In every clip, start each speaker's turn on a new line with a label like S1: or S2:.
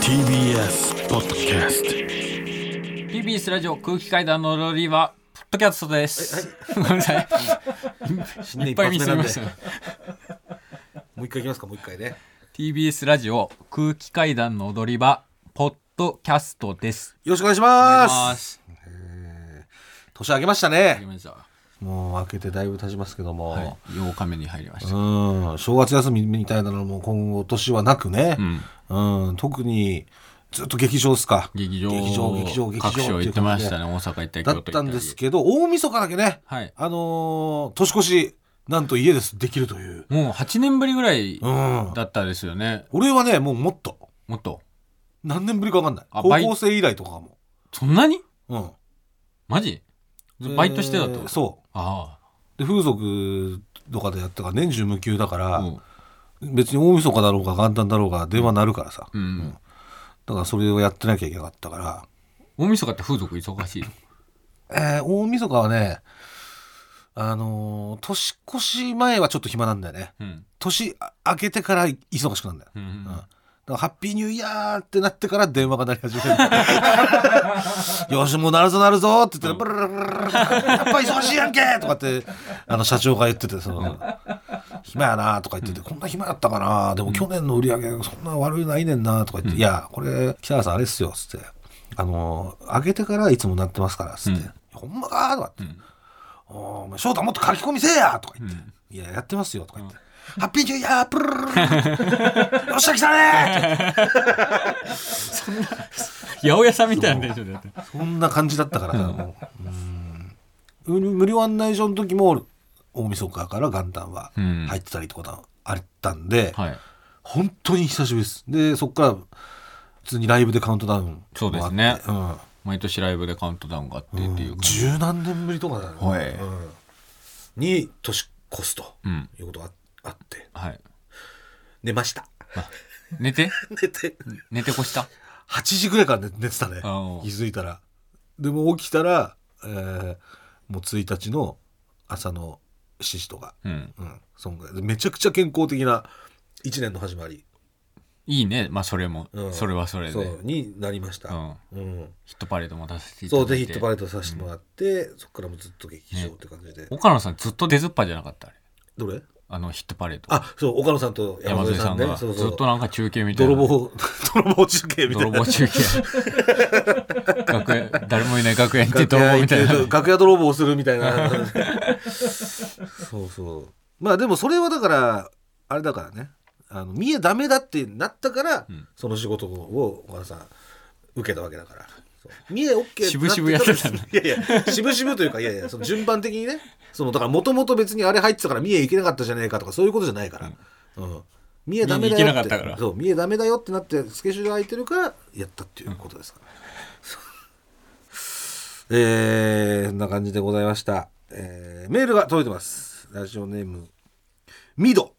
S1: TBS ポッドキャスト
S2: TBS ラジオ空気階段のロリーはポッドキャストです、ごめんなさい
S3: 新年
S2: いっ
S3: 一
S2: ぱ
S3: 発目
S2: いミス
S3: な
S2: り
S3: ん
S2: ま
S3: で
S2: したね
S3: もう一回いきますかもう一回ね
S2: TBS ラジオ空気階段の踊り場ポッドキャストです
S3: よろしくお願いし
S2: お願
S3: ま
S2: いしますす
S3: 年明けました
S2: 始
S3: ね
S2: めました
S3: もう明けてだいぶ経ちますけども、
S2: はい8日目に入りまし
S3: う
S2: た
S3: ん正月休みみたいなのも今後年はなくね、うん特にずっと劇場ですか
S2: 劇場
S3: 劇場劇場劇場
S2: 各所行ってましたね大阪行った
S3: だ
S2: り京都行
S3: っ
S2: ったり
S3: たんですけど大晦日だけね、
S2: はい
S3: あのー年越しなんと家ですできるという、
S2: もう8年ぶりぐらい
S3: うん、
S2: だったですよね
S3: 俺はねもうもっと
S2: もっと
S3: 何年ぶりか分かんない
S2: あ
S3: 高
S2: バイ
S3: 校生以来とかかも、
S2: そんなに
S3: うん、
S2: マジバイトしてたってこと、
S3: えーそう
S2: あ
S3: で風俗とかでやったから年中無休だか
S2: あ
S3: ら、
S2: うん
S3: 別に大晦日だろうが元旦だろうが電話鳴るからさ、
S2: うん
S3: だからそれをやってなきゃいけなかったか
S2: 大晦日って風俗忙しいの
S3: ら、えー大晦日はねあのー年越し前はちょっと暇なんだよね
S2: うん
S3: 年明けてから忙しくなるんだよ、
S2: うん
S3: うんだからハッピーニューイヤーってなってから電話が鳴り始めるよしもうなるぞなるぞって言ってブルルルルルルやっぱ忙しいやんけとかってあの社長が言っててその暇やなとか言っててこんな暇だったかなでも去年の売り上げそんな悪いないねんなとか言って、いやこれ北原さんあれっすよっつってあの上げてからいつもなってますからっつって、
S2: うん
S3: ほんまかとかって、
S2: ん
S3: おーお前翔太もっと書き込みせえやとか言って、いややってますよとか言って、ハッピーニューイヤープルルルルルよっしゃ来たねーって
S2: 八百屋さんみたいなテンションでやってる
S3: そんな感じだったからさ、もううん無料案内所の時も大晦日から元旦は
S2: うん
S3: 入ってたりってことはあったんで、
S2: はい
S3: 本当に久しぶりですでそっから普通にライブでカウントダウンもあって
S2: そうですね
S3: うん
S2: 毎年ライブでカウントダウンがあってっていう感じ、
S3: 十何年ぶりとかだね、
S2: はい
S3: うんに年越すと
S2: うん
S3: いうことがあって
S2: はい
S3: 寝ました
S2: 寝て
S3: 寝て
S2: 寝てこした
S3: 8時ぐらいから寝寝てたね気
S2: ああ
S3: づいたらでも起きたら、えーもう1日の朝の7時とか、
S2: うん
S3: うん、そんぐらいでめちゃくちゃ健康的な1年の始まり、
S2: いいねまあそれも、
S3: うん
S2: それはそれで
S3: そうう、になりました、
S2: ん、
S3: うん
S2: ヒットパレードも出させていただ
S3: そ
S2: いうて
S3: ぜひヒットパレードさせてもらって、そこからもずっと劇場って感じで、
S2: 岡野さんずっと出ずっぱじゃなかったあれ
S3: どれ
S2: あのヒットパレード
S3: あそう岡野さんと
S2: 山
S3: 山
S2: 添
S3: 添
S2: さ
S3: さ
S2: ん
S3: んね
S2: がず
S3: そう
S2: っ
S3: そう
S2: となんか中継みたいな
S3: 泥棒 泥棒中継みたい
S2: 泥
S3: な
S2: 棒中継学園誰もいない学園行って泥棒みたいな
S3: 楽屋楽屋泥棒をするみたいな そうそうまあでもそれはだからあれだからねあの見えダメだってなったから、
S2: ん
S3: その仕事を岡野さん受けたわけだからそう見え OK って
S2: 渋々やってたんだ
S3: い やいや渋々というかいやいやその順番的にねそのだからもともと別にあれ入ってたから見えいけなかったじゃねえかとかそういうことじゃないから、うん見えダメだ
S2: 見え
S3: よ
S2: 行
S3: っ
S2: けなかったから
S3: てそう見えダメだよってなってスケジュール空いてるからやったっていうことですから、えー、そんな感じでございました、えーメールが届いてますラジオネームミド、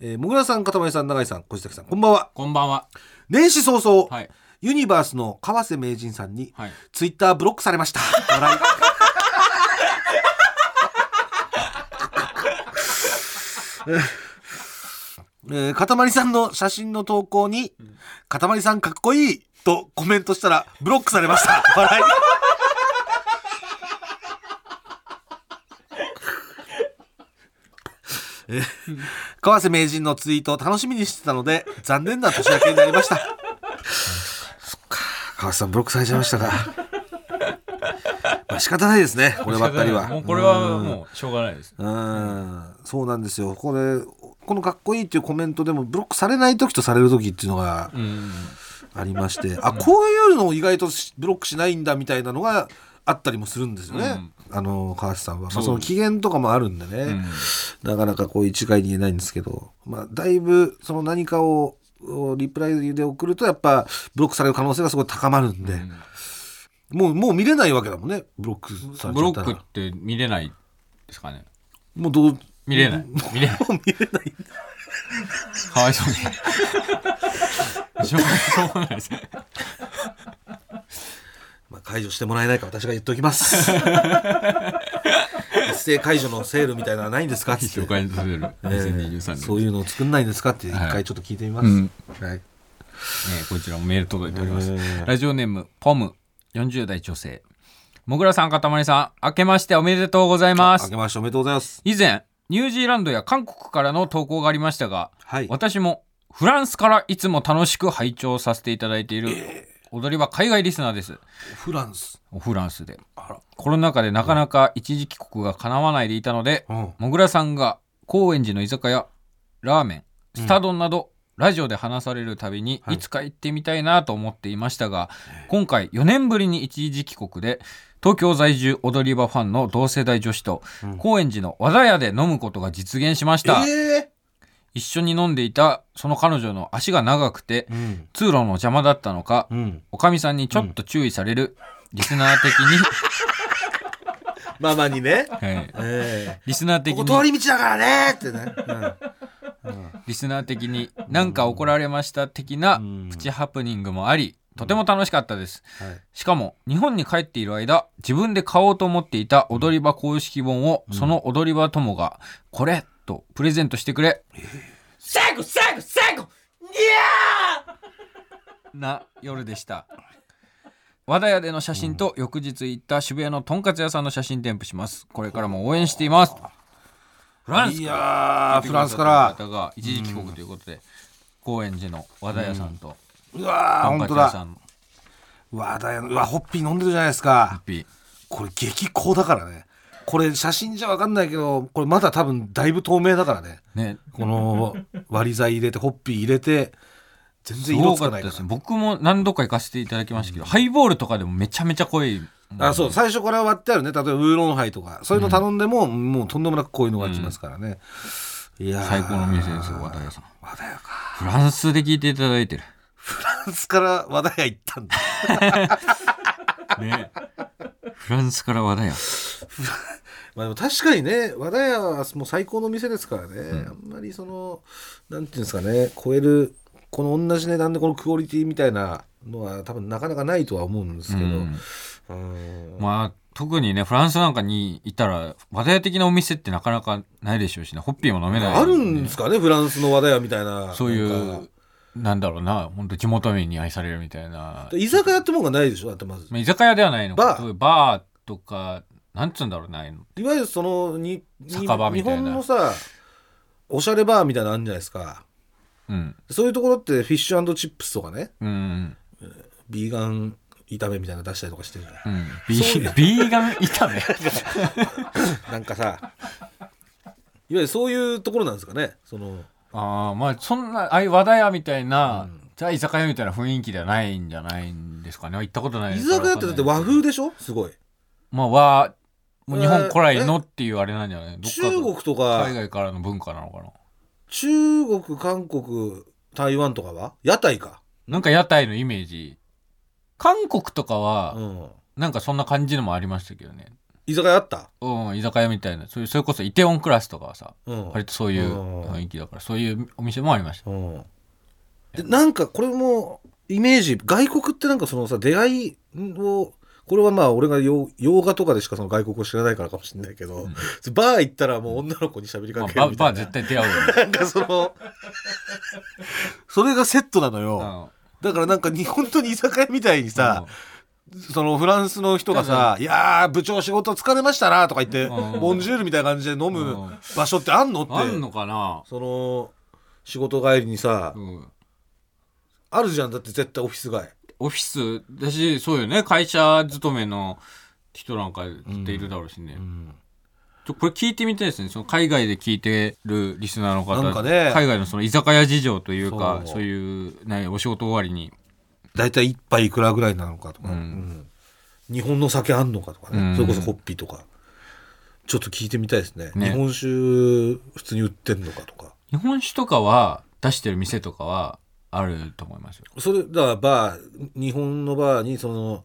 S3: えー、もぐらさんかたまりさん永井さん小崎さんこんばんは
S2: こんばんは
S3: 年始早々、
S2: はい
S3: ユニバースの川瀬名人さんに、
S2: はい
S3: ツイッターブロックされました笑いえー、かたまりさんの写真の投稿に、かたまりさんかっこいいとコメントしたらブロックされました。笑い。えー川瀬名人のツイートを楽しみにしてたので、残念な年明けになりました。そっか、川瀬さんブロックされちゃいましたか。まあ仕方ないですね、こればっかりは。
S2: もうこれはもうしょうがないです
S3: うん、そうなんですよ。これ、このかっこいいっていうコメントでもブロックされない時とされる時っていうのが
S2: うん
S3: ありまして、あ、こういうのを意外としブロックしないんだみたいなのがあったりもするんですよね。あの、川瀬さんは。まあ、その機嫌とかもあるんでね、なかなかこう一概に言えないんですけど、まあ、だいぶその何かを、をリプライで送るとやっぱブロックされる可能性がすごい高まるんで、もうもう見れないわけだもんねブロックされ
S2: ブ
S3: ちゃ
S2: ロ
S3: った
S2: ックっ
S3: ら
S2: て見れないですかね
S3: もうどう
S2: 見れない見れない
S3: もう見れない
S2: かわいそうに。しょうが ないしょうがないです。
S3: まあ、解除してもらえないか私が言っておきます。規制解除のセールみたいなのはないんですかって
S2: 紹介される
S3: えー
S2: 2023年、
S3: そういうのを作んないんですかって一回ちょっと聞いてみま
S2: う
S3: す
S2: ん。
S3: はい。
S2: えーこちらもメール届いております、
S3: えー
S2: ラジオネームポム40代女性もぐらさんかたまりさん明けましておめでとうございま
S3: 明
S2: す
S3: けましておめでとうございます。
S2: 以前ニュージーランドや韓国からの投稿がありましたが
S3: はい。
S2: 私もフランスからいつも楽しく拝聴させていただいている踊りは海外リスナーです
S3: フランス。
S2: フランスで
S3: あら。
S2: コロナ禍でなかなか一時帰国がかなわないでいたので
S3: うん。
S2: もぐらさんが高円寺の居酒屋ラーメンスタ丼など、ラジオで話されるたびに
S3: はい
S2: いつか行ってみたいなと思っていましたが、今回4年ぶりに一時帰国で東京在住踊り場ファンの同世代女子と
S3: うん
S2: 高円寺の和田屋で飲むことが実現しました、
S3: え
S2: 一緒に飲んでいたその彼女の足が長くて
S3: ーうん。
S2: 通路の邪魔だったのか、
S3: うん。
S2: おかみさんにちょっと注意される、リスナー的 に、
S3: ママにね。
S2: はい
S3: え
S2: リスナー
S3: え。
S2: 的
S3: ここ通
S2: に
S3: り道だからねってね。うん
S2: リスナー的になんか怒られました的な
S3: うん
S2: プチハプニングもありとても楽しかったです
S3: はい。
S2: しかも日本に帰っている間自分で買おうと思っていた踊り場公式本をその踊り場友が「これ!」とプレゼントしてくれ
S4: 最後最後最後にゃ
S2: な夜でした和田屋での写真と翌日行った渋谷のとんかつ屋さんの写真添付しますこれからも応援していますフランス
S3: い
S2: か
S3: や
S2: ら
S3: ー、フランスから。
S2: 方が一時帰国ということで高円寺の和田屋さんと
S3: うわー、
S2: とん
S3: 本
S2: かつ
S3: 当
S2: 屋さ
S3: だ。
S2: んの
S3: うわー、だよ。うわ、ホッピー飲んでるじゃないですか。
S2: ピー
S3: これ激高だからね。これ写真じゃわかんないけど、これまだ多分だいぶ透明だからね。
S2: ね
S3: この 割り剤入れて、ホッピー入れて、全然色
S2: 多
S3: つ
S2: か
S3: か
S2: っ
S3: な
S2: た
S3: いか
S2: で
S3: ら
S2: すね。僕も何度か行かせていただきましたけど、ハイボールとかでもめちゃめちゃ濃い
S3: あそう最初これは割ってあるね例えばウーロンハイとかそういうの頼んでも、もうとんでもなくこういうのが来ますからね、いやー
S2: 最高の店ですよ和田屋さん
S3: 和田屋か
S2: フランスで聞いていただいてる
S3: フランスから和田屋行ったんだ
S2: ね フランスから和田屋
S3: まあでも確かにね和田屋はもう最高の店ですからね、あんまりそのなんていうんですかね超えるこの同じ値段でこのクオリティみたいなのは多分なかなかないとは思うんですけど、
S2: うん
S3: うん
S2: まあ特にねフランスなんかにいたら和田屋的なお店ってなかなかないでしょうしねホッピーも飲めない、
S3: あるんですかねフランスの和田屋みたいな
S2: そうい
S3: なんか
S2: うなんだろうな本当地元民に愛されるみたいな
S3: 居酒屋ってもんがないでしょだってまず
S2: まあ居酒屋ではないのか
S3: バー
S2: そういうバーとかなんつうんだろうなああいうの
S3: いわゆるそのにに
S2: 酒場みたいな
S3: 日本のさおしゃれバーみたいなのあるんじゃないですか
S2: うん
S3: そういうところってフィッシュチップスとかね
S2: うん
S3: ビーガン炒めみたいなの出したりとかしてるじゃ
S2: うんビービーガン 炒め
S3: んなんかさいわゆるそういうところなんですかねその
S2: ああまあそんなああいう和田屋みたいな、じゃあ居酒屋みたいな雰囲気ではないんじゃないんですかね行ったことない
S3: 居
S2: からわ
S3: 酒屋
S2: かんな
S3: っ
S2: い
S3: てだって和風でしょすごい
S2: まあ和もう日本古来のっていうあれなんじゃないどっか
S3: 中
S2: と
S3: 国と
S2: 海
S3: か
S2: 外からの文化なのかな
S3: 中国韓国台湾とかは屋台か
S2: なんか屋台のイメージ韓国とか
S3: う
S2: は
S3: ん
S2: なんかそんな感じのもありましたけどね
S3: 居酒屋あった
S2: うん居酒屋みたいなそういうそれこそイテウォンクラスとかはさ
S3: うん
S2: 割とそういう雰囲気だからそういうお店もありました
S3: うん、でなんかこれもイメージ外国ってなんかそのさ出会いをこれはまあ俺が洋洋画とかでしかその外国を知らないからかもしれないけど、バー行ったらもう女の子に喋り
S2: ま
S3: か
S2: あ
S3: ける
S2: バ
S3: み
S2: バ
S3: た
S2: ー
S3: いな,、
S2: 絶対出会うよ
S3: なんかそのそれがセットなのよ、
S2: ね
S3: だからなんかに本当に居酒屋みたいにさ、そのフランスの人がさ「いやー部長仕事疲れましたな」とか言って、
S2: うん
S3: ボンジュールみたいな感じで飲
S2: う
S3: む
S2: ん
S3: 場所ってあんのって、
S2: うんあんのかな
S3: その仕事帰りにさ、
S2: うん
S3: あるじゃんだって絶対オフィス街
S2: オフィスだしそうよね会社勤めの人なんか絶対いるだろうしねちょこれ聞いてみたいですね。その海外で聞いてるリスナーの方、
S3: なんかね
S2: 海外のその居酒屋事情というか、そ
S3: そう
S2: ういう、ね、お仕事終わりに、
S3: 大体一杯いくらぐらいなのかとか、
S2: うん
S3: うん日本の酒あんのかとかね、
S2: うん
S3: それこそホッピーとかちょっと聞いてみたいですね
S2: ね
S3: 日本酒普通に売ってんのかとか
S2: 日本酒とかは出してる店とかはあると思いますよ。
S3: それだからバー日本のバーにその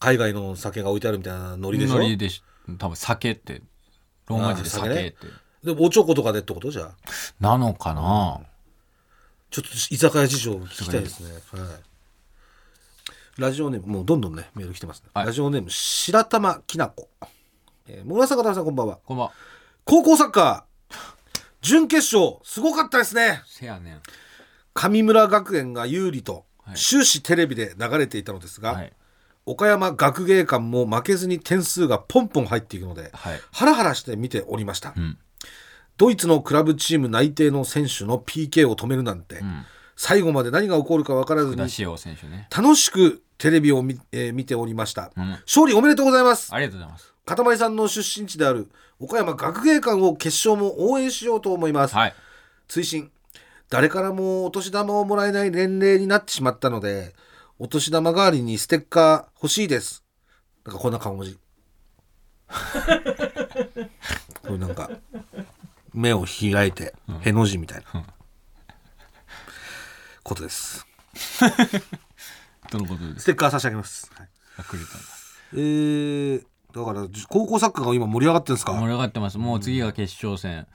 S3: 海外の酒が置いてあるみたいなノリでしょ
S2: 海苔でし多分酒って、ローマ字で
S3: あー
S2: 酒
S3: 酒
S2: っ
S3: ねで
S2: て。
S3: おちょことかでってことじゃあ
S2: なのかな、
S3: ちょっと居酒屋事情を聞きたいですねはいラジオネームもうどんどんねメール来てますね、
S2: はい
S3: ラジオネーム白玉きなこええー、もぐらさん、かたまりさん、こんばんは。
S2: こんばんは
S3: 高校サッカー、準決勝、すごかったですね。
S2: せやねん
S3: 神村学園が有利と
S2: はい
S3: 終始テレビで流れていたのですが、
S2: はい
S3: 岡山学芸館も負けずに点数がポンポン入っていくので、
S2: はい
S3: ハラハラして見ておりました、
S2: ん
S3: ドイツのクラブチーム内定の選手の PK を止めるなんて、
S2: ん
S3: 最後まで何が起こるか分からずに
S2: 田塩選手ね
S3: 楽しくテレビを見,、えー見ておりました、
S2: ん
S3: 勝利おめでとうございます
S2: ありがとうございます
S3: かたまりさんの出身地である岡山学芸館を決勝も応援しようと思います、
S2: はい
S3: 追伸誰からもお年玉をもらえない年齢になってしまったのでお年玉代わりにステッカー欲しいですなんかこんな顔文字 これなんか目を開いてへの字みたいなことです
S2: どのことです
S3: ステッカー差し上げます、はい
S2: かくれたんだ
S3: えー、だからじ高校サッカーが今盛り上がってるんです
S2: 盛
S3: か
S2: り上がってますもう次が決勝戦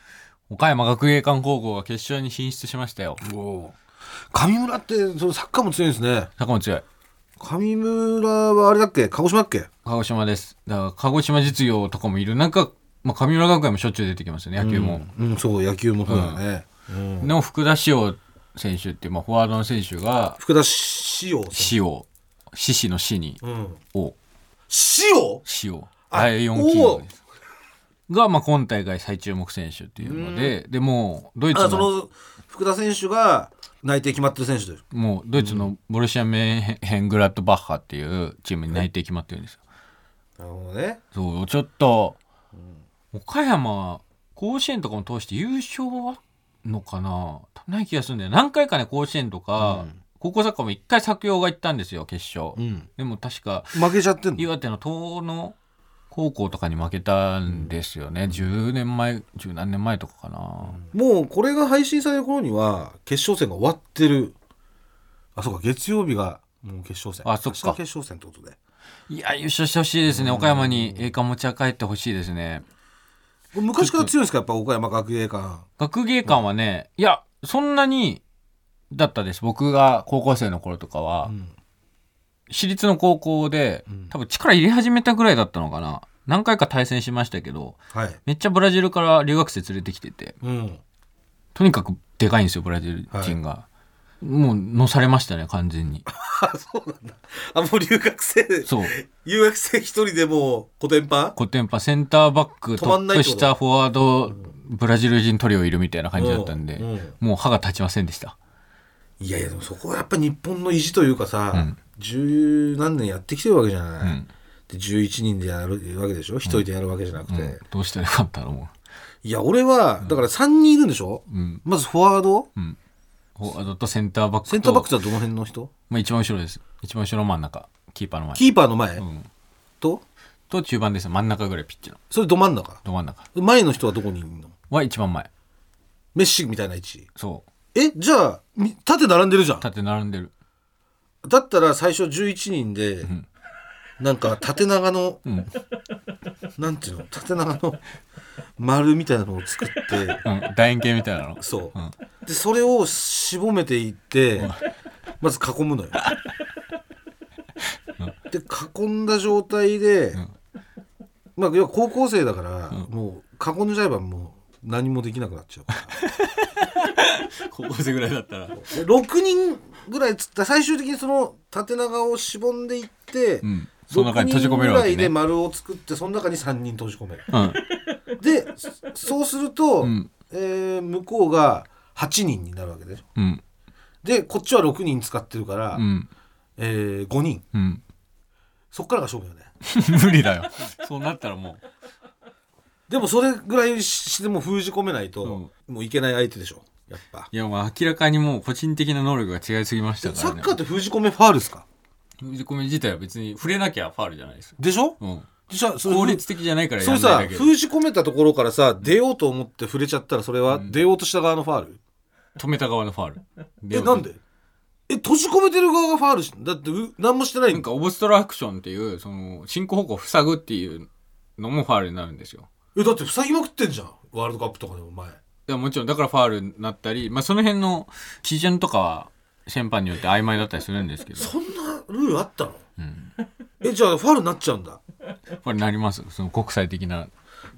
S2: 岡山学芸館高校が決勝に進出しましたよ
S3: おー上村ってそのサッカーも強いんですね
S2: 坂本強い
S3: 上村はあれだっけ鹿児島だっけ
S2: 鹿児島ですだから鹿児島実業とかもいる中、まあ、神村学園もしょっちゅう出てきますよね野球も、
S3: うん、そう野球もそうだね、
S2: の福田師王選手っていう、まあ、フォワードの選手が
S3: 福田師王さ
S2: 師王獅子の死に
S3: ん、うん、
S2: 王
S3: 師王
S2: 師王
S3: あ
S2: 第4企業ですが、まあ、今大会最注目選手っていうので、でもうドイツ
S3: あそ
S2: の
S3: の福田選手が内定決まってる選手で
S2: もうドイツのボルシア・メーヘングラッドバッハっていうチームに内定決まってるんですよ
S3: なるほどね
S2: そうちょっと岡山甲子園とかも通して優勝はのかなない気がするんだよ何回かね甲子園とか、高校サッカーも1回作陽が行ったんですよ決勝、
S3: ん
S2: でも確か
S3: 負けちゃってんの
S2: 岩手の東野高校とかに負けたんですよね、10年前10何年前とかかな、
S3: もうこれが配信される頃には決勝戦が終わってるあそうか月曜日がもう決勝戦
S2: あそっか
S3: 明日決勝戦ってことで
S2: いや優勝してほしいですね岡山に栄冠持ち帰ってほしいですね
S3: これ昔から強いんですかやっぱ岡山学芸館
S2: 学芸館はね、いやそんなにだったです僕が高校生の頃とかは、
S3: ん
S2: 私立の高校で多分力入れ始めたぐらいだったのかな何回か対戦しましたけど
S3: はい
S2: めっちゃブラジルから留学生連れてきてて
S3: うん
S2: とにかくでかいんですよブラジル人が、もうのされましたね完全に
S3: あもう留学生
S2: そう
S3: 留学生一人でもう古典版
S2: コテンパセンターバックト
S3: 止まん
S2: ッ
S3: ない
S2: プ
S3: ってこと
S2: 下フォワードブラジル人トリオいるみたいな感じだったんで、
S3: うんうん
S2: もう歯が立ちませんでした
S3: いやいやでもそこはやっぱ日本の意地というか
S2: う
S3: さ
S2: ん
S3: 十、何年やってきてるわけじゃない、
S2: うん
S3: で11人でやるわけでしょ1人でやるわけじゃなくて、
S2: うんどうしたらよかったのも
S3: いや俺はだから3人いるんでしょ、
S2: う、うん、
S3: まずフォワード
S2: フォワードとセンターバックと
S3: センターバックってのはどの辺の人
S2: まあ、一番後ろです一番後ろの真ん中キーパーの前
S3: キーパーの前、
S2: ん
S3: と
S2: と中盤です真ん中ぐらいピッチの
S3: それど真ん中
S2: ど真ん中
S3: 前の人はどこにいるの
S2: は一番前
S3: メッシみたいな位置
S2: そう
S3: えじゃあみ縦並んでるじゃん
S2: 縦並んでる
S3: だったら最初11人で、なんか縦長の、なんていうの縦長の丸みたいなのを作って
S2: うん楕円形みたいなの
S3: そう、
S2: うん
S3: でそれを絞めていって、まず囲むのよ、で囲んだ状態で、まあ要は高校生だから、もう囲んじゃえばもう何もできなくなっちゃうから
S2: 高校生ぐらいだったら
S3: で6人ぐらいつった最終的にその縦長を絞んでいって、
S2: うんその中に閉じ込めるわ
S3: 6人ぐ
S2: け
S3: らいで
S2: ね
S3: 丸を作ってその中に3人閉じ込める
S2: うん
S3: でそうすると、
S2: ん
S3: えー向こうが8人になるわけでしょ
S2: うん
S3: でこっちは6人使ってるから、
S2: うん
S3: えー、5人
S2: うん
S3: そっからが勝負よね
S2: 無理だよそうなったらも
S3: でもそれぐらいししても封じ込めないと、もういけない相手でしょやっぱ
S2: ういやまあ明らかにもう個人的な能力が違いすぎましたから
S3: サ
S2: ね
S3: ッカーって封じ込めファールですか
S2: 封じ込め自体は別に触れなきゃファールじゃないです
S3: でしょ、
S2: うん
S3: じゃあそれ
S2: 効率的じゃないから
S3: そ
S2: や
S3: れ
S2: んない
S3: さ
S2: だけで
S3: 封じ込めたところからさ出ようと思って触れちゃったらそれは出ようとした側のファール、
S2: 止めた側のファール
S3: えなんでえ閉じ込めてる側がファールしだってう何もしてない
S2: なん
S3: んか
S2: かオブストラクションっていうその進行方向を塞ぐっていうのもファールになるんですよ
S3: えだって塞ぎまくってんじゃんワールドカップとかでも前
S2: いやもちろんだからファールになったり、まあ、その辺の基準とかは審判によって曖昧だったりするんですけど
S3: そんなルールあったの、えじゃあファールになっちゃうんだ
S2: これなりますその国際的な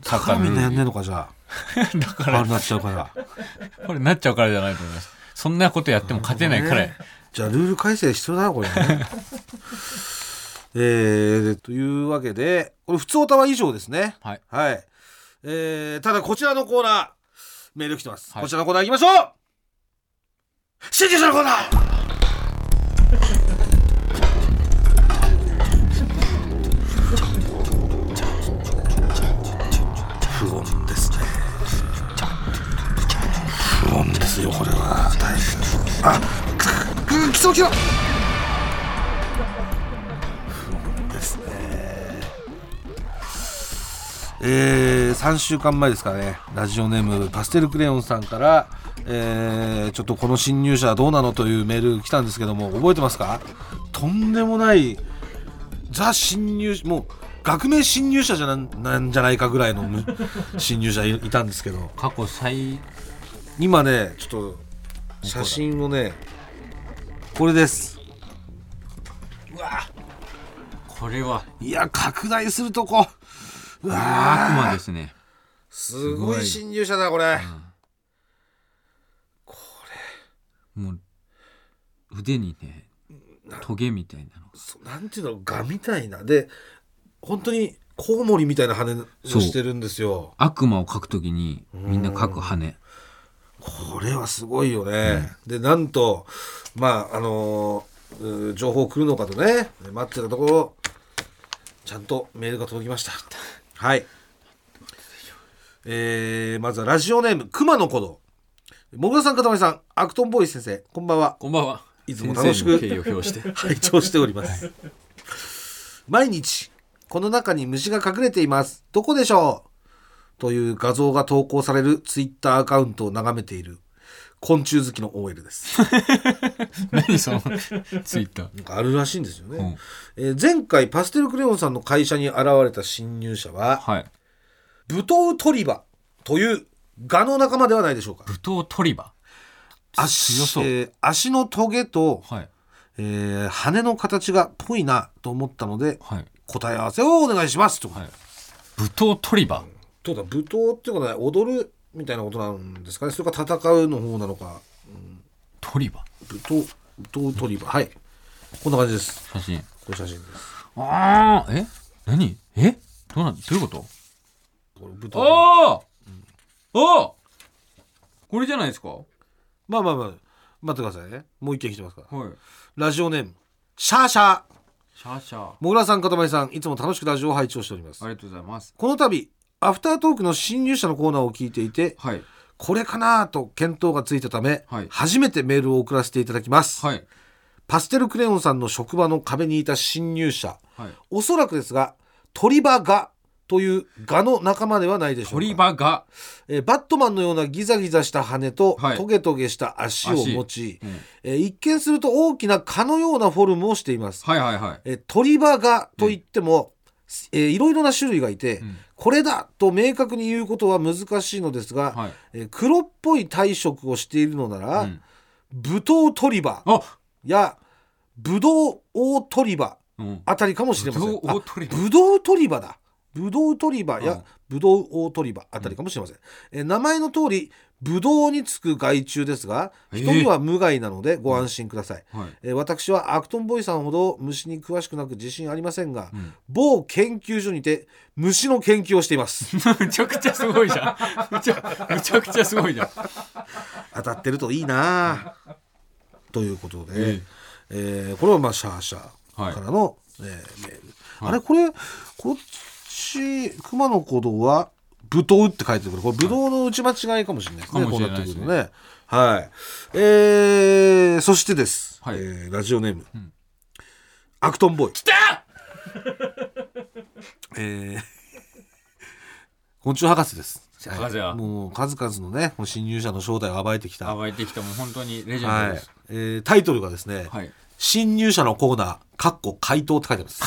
S2: サッ
S3: 高
S2: カーの
S3: み
S2: ル
S3: ん
S2: ー
S3: なや
S2: ル
S3: ん
S2: に
S3: ねえのかじゃあ だからあれなっちゃうから
S2: これなっちゃうからじゃないと思いますそんなことやっても勝てないからい
S3: じゃあルール改正必要だなこれね えー、というわけでこれ普通おたは以上ですね
S2: はい
S3: はいえー、ただこちらのコーナーメール来てます、
S2: はい
S3: こちらのコーナー行きましょう新宿のコーナー不穏ですね不穏ですよこれは大変あくく来そう来そうですねえー、3週間前ですかねラジオネームパステルクレヨンさんから、えーちょっとこの新入社はどうなのというメール来たんですけども覚えてますかとんでもないザ新入社もう学名新入社じゃなんなんじゃないかぐらいのむ新入社いいたんですけど
S2: 過去最
S3: 今ねちょっと写真をねこれです
S2: これはい
S3: や拡大するとこうわ
S2: 悪魔ですね
S3: ーすごい侵入者だこれ、
S2: もう腕にねトゲみたいなの
S3: そうなんていうのガみたいなで本当にコウモリみたいな羽を
S2: そう
S3: してるんですよ
S2: 悪魔を描くときにみんな描く羽
S3: これはすごいよね、でなんとまああのーうー情報来るのかとね待ってたところちゃんとメールが届きましたはいえー、まずはラジオネーム熊野古道もぐらさんかたまりさんアクトンボーイ先生こんばんは
S2: こんばんはい
S3: つも楽しく
S2: 先生の敬意を表して
S3: 拝聴しております毎日この中に虫が隠れていますどこでしょうという画像が投稿されるツイッターアカウントを眺めている昆虫好きの OL です
S2: 何そのツイッター
S3: なんかあるらしいんですよね、
S2: うん
S3: えー前回パステルクレヨンさんの会社に現れた侵入者は
S2: はい
S3: ブトウトリバというガの仲間ではないでしょうか
S2: 舞踏トリバ強
S3: 足,
S2: そう
S3: えー、足のトゲと、
S2: はい
S3: えー羽の形がぽいなと思ったので
S2: はい
S3: 答え合わせをお願いしますということで
S2: はい舞踏トリバ
S3: どうだ舞踏っていうことは踊るみたいなことなんですかねそれか戦うの方なのか
S2: トリバ
S3: 舞踏舞踏取り場はいこんな感じです
S2: 写真
S3: こういう写真です
S2: ああえ何えどうなんどういうこと
S3: これ舞踏
S2: ああああこれじゃないですかは
S3: まあまあまあ待ってくださいねもう一件来てますから
S2: い
S3: ラジオネームシャーシャー
S2: シャーシャー
S3: もぐらさんかたまりさんいつも楽しくラジオを拝聴しております
S2: ありがとうございます
S3: この度アフタートークの侵入者のコーナーを聞いていて
S2: はい
S3: これかなと検討がついたため、
S2: はい
S3: 初めてメールを送らせていただきます、
S2: はい
S3: パステルクレヨンさんの職場の壁にいた侵入者、
S2: はい
S3: おそらくですがトリバガというガの仲間ではないでしょうか
S2: トリバが
S3: えーバットマンのようなギザギザした羽と、
S2: はい
S3: トゲトゲした足を持ち、
S2: うん
S3: えー一見すると大きな蚊のようなフォルムをしています、
S2: はいはいはい
S3: えートリバガといっても、えーいろいろな種類がいて、
S2: ん
S3: これだと明確に言うことは難しいのですが、
S2: はい
S3: えー黒っぽい体色をしているのなら、
S2: うん
S3: ブトウトリバ
S2: あ
S3: やブドウオオトリバ
S2: うん
S3: あたりかもしれません
S2: ブドウオオトリバ
S3: あブドウトリバだブドウトリバ
S2: う
S3: や
S2: ん
S3: ブドウオオトリバあたりかもしれません、え名前の通りブドウにつく害虫ですが
S2: えー
S3: 人には無害なのでご安心ください、
S2: はい
S3: えー私はアクトンボーイさんほど虫に詳しくなく自信ありませんが、
S2: ん
S3: 某研究所にて虫の研究をしています
S2: むちゃくちゃすごいじゃん。 むちゃむちゃくちゃすごいじゃん。
S3: 当たってるといいなあ ということで、
S2: ええ
S3: えーこれはまあシャーシャーからの、えーメール、あれこれこっち熊野古道はブドウって書いてるからこれブドウの打ち間違いかもしれないですね、
S2: かも
S3: こう
S2: しれ
S3: な
S2: な
S3: っ
S2: い
S3: て
S2: で
S3: くる
S2: すね
S3: とねはいえー、そしてです、
S2: はい
S3: えーラジオネーム、
S2: ん
S3: アクトンボーイ
S4: 来た
S3: えー昆虫博士です
S2: 博士は
S3: もう数々のねもう侵入者の正体を暴いてきた、は
S2: 暴いてきたもう本当にレジェンド
S3: い
S2: です。
S3: えータイトルがですね、
S2: はい。
S3: 侵入者のコーナー、かっこ回答って書いて ます。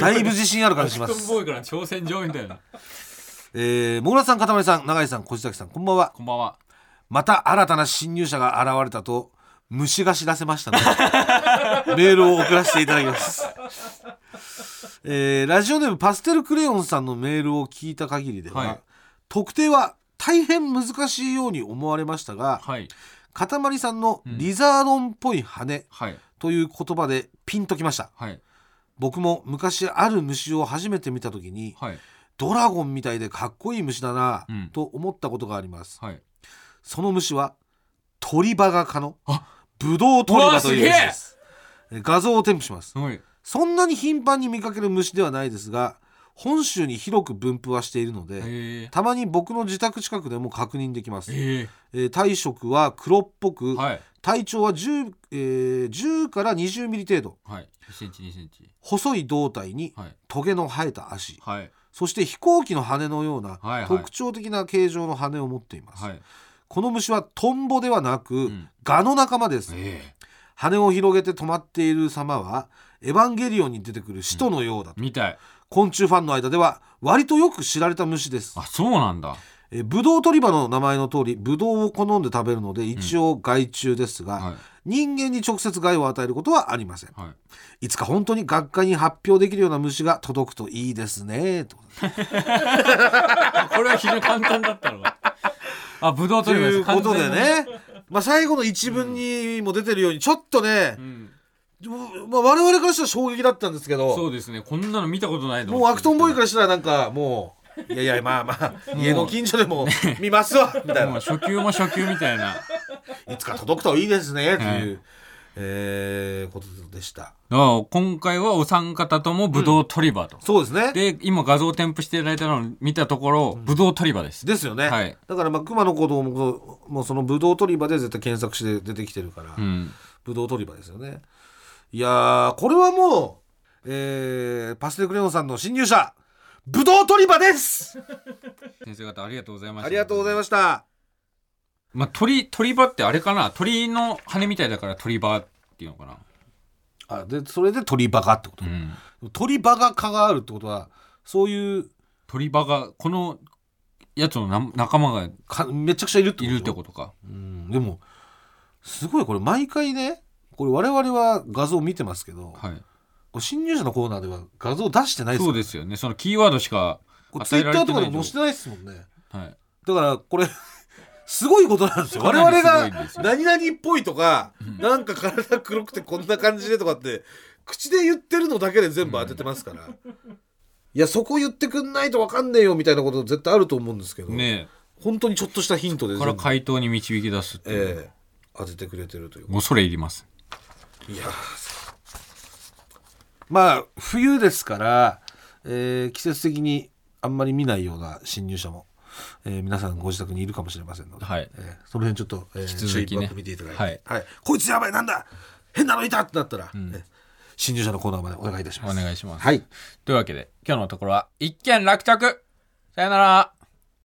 S3: だいぶ自信ある感じしま
S2: トン
S3: す。
S2: ボーイから挑戦状みたいな。
S3: えー、もぐらさん、かたまりさん、永井さん、小崎さん、こんばんは。
S2: こんばんは。
S3: また新たな侵入者が現れたと、虫が知らせま したね。メールを送らせていただきます。えーラジオネームパステルクレヨンさんのメールを聞いた限りでは、
S2: はい
S3: 特定は大変難しいように思われましたが、
S2: はい
S3: かたまりさんのリザードンっぽい羽
S2: はい
S3: という言葉でピンときました。
S2: はい
S3: 僕も昔ある虫を初めて見た時に、
S2: はい
S3: ドラゴンみたいでかっこいい虫だな
S2: うん
S3: と思ったことがあります、
S2: はい
S3: その虫は鳥バガ科の
S2: あ
S3: ブドウ鳥
S2: う
S3: バ
S2: わ
S3: という
S2: すげえ
S3: 虫ですえ画像を添付します
S2: すごい
S3: そんなに頻繁に見かける虫ではないですが本州に広く分布はしているので、
S2: え
S3: たまに僕の自宅近くでも確認できます、え
S2: え
S3: ー体色は黒っぽく、
S2: はい
S3: 体長は 10,、えー10から20ミリ程度
S2: はい1センチ2センチ
S3: 細い胴体に
S2: はい
S3: トゲの生えた足、
S2: はい
S3: そして飛行機の羽のような
S2: はいはい
S3: 特徴的な形状の羽を持っています、
S2: はい
S3: この虫はトンボではなく、
S2: ん
S3: ガの仲間です
S2: ええ
S3: 羽を広げて止まっている様はエヴァンゲリオンに出てくる使徒のようだと、
S2: みたい
S3: 昆虫ファンの間では割とよく知られた虫です
S2: あそうなんだ
S3: えブドウ取り場の名前の通りブドウを好んで食べるので一応害虫ですが、
S2: はい
S3: 人間に直接害を与えることはありません
S2: はい
S3: いつか本当に学会に発表できるような虫が届くといいですねと
S2: これは非常に簡単だったのかあぶどう
S3: と
S2: 取り
S3: い
S2: ま
S3: う
S2: す
S3: ことで
S2: 完全に
S3: ね、まあ、最後の一文にも出てるようにちょっとね
S2: う、ん
S3: まあ、我々からしたら衝撃だったんですけ
S2: そ
S3: ど
S2: うですねこんなの見たことないと
S3: も
S2: 思
S3: うア
S2: って
S3: クトンボーイからしたらなんかもういやいやまあまあ
S2: もう
S3: 家の近所でも見ますわみたい
S2: もう
S3: な
S2: 初級も初級みたいな
S3: いつか届くといいですねと、
S2: はいいう
S3: えーことでした
S2: あ今回はお三方ともぶどう取り場と、
S3: そうですね
S2: で今画像を添付していただいたのを見たところ、ぶどう取り場です
S3: ですよね、
S2: はい
S3: だからまあ熊の行動ももうそのブドウ取り場で絶対検索して出てきてるから、
S2: うん
S3: ブドウ取り場ですよねいやーこれはもう、えーパステルクレヨンさんの侵入者ブドウ取り場です
S2: 先生方ありがとうございました
S3: ありがとうござい
S2: ま
S3: ました
S2: す、あ、鳥鳥場ってあれかな鳥の羽みたいだから鳥場っていうのかな
S3: あでそれで鳥バカってこと
S2: う、ん
S3: 鳥バカ蚊があるってことはそういう
S2: 鳥場がこのやつのな仲間が
S3: かめちゃくちゃいるってこ
S2: い
S3: と
S2: るってことか
S3: うんでもすごいこれ毎回ねこれ我々は画像見てますけど、
S2: はい
S3: 侵入者のコーナーでは画像出してないです
S2: そ
S3: か
S2: うですよねそのキーワードしか
S3: これツイ
S2: 与え
S3: ッ
S2: ら
S3: タ
S2: れ
S3: ー
S2: て
S3: と
S2: な
S3: か
S2: い
S3: でも載せてないですもんね
S2: はい
S3: だからこれすごいことなんですよ
S2: か
S3: 我
S2: なり
S3: 々
S2: すご
S3: が
S2: いんです よ
S3: 何々っぽいとか、なんか体黒くてこんな感じでとかって口で言ってるのだけで全部当ててますから、いやそこ言ってくんないとわかんねえよみたいなこと絶対あると思うんですけど、
S2: ね
S3: 本当にちょっとしたヒントで
S2: えから
S3: 全部
S2: 回答に導き出すっていう、
S3: ええ当ててくれてるという
S2: 恐れ入ります
S3: いやーまあ冬ですから、えー季節的にあんまり見ないような侵入者も、えー皆さんご自宅にいるかもしれませんので、
S2: はい
S3: えーその辺ちょっと、えー、
S2: き続きね
S3: 注意深く見ていただいて、
S2: はい
S3: こいつやばいなんだ変なのいたってなったら、えー侵入者のコーナーまでお願いいたし
S2: お
S3: ます。
S2: 願いします、
S3: はい
S2: というわけで今日のところは一件落着さよなら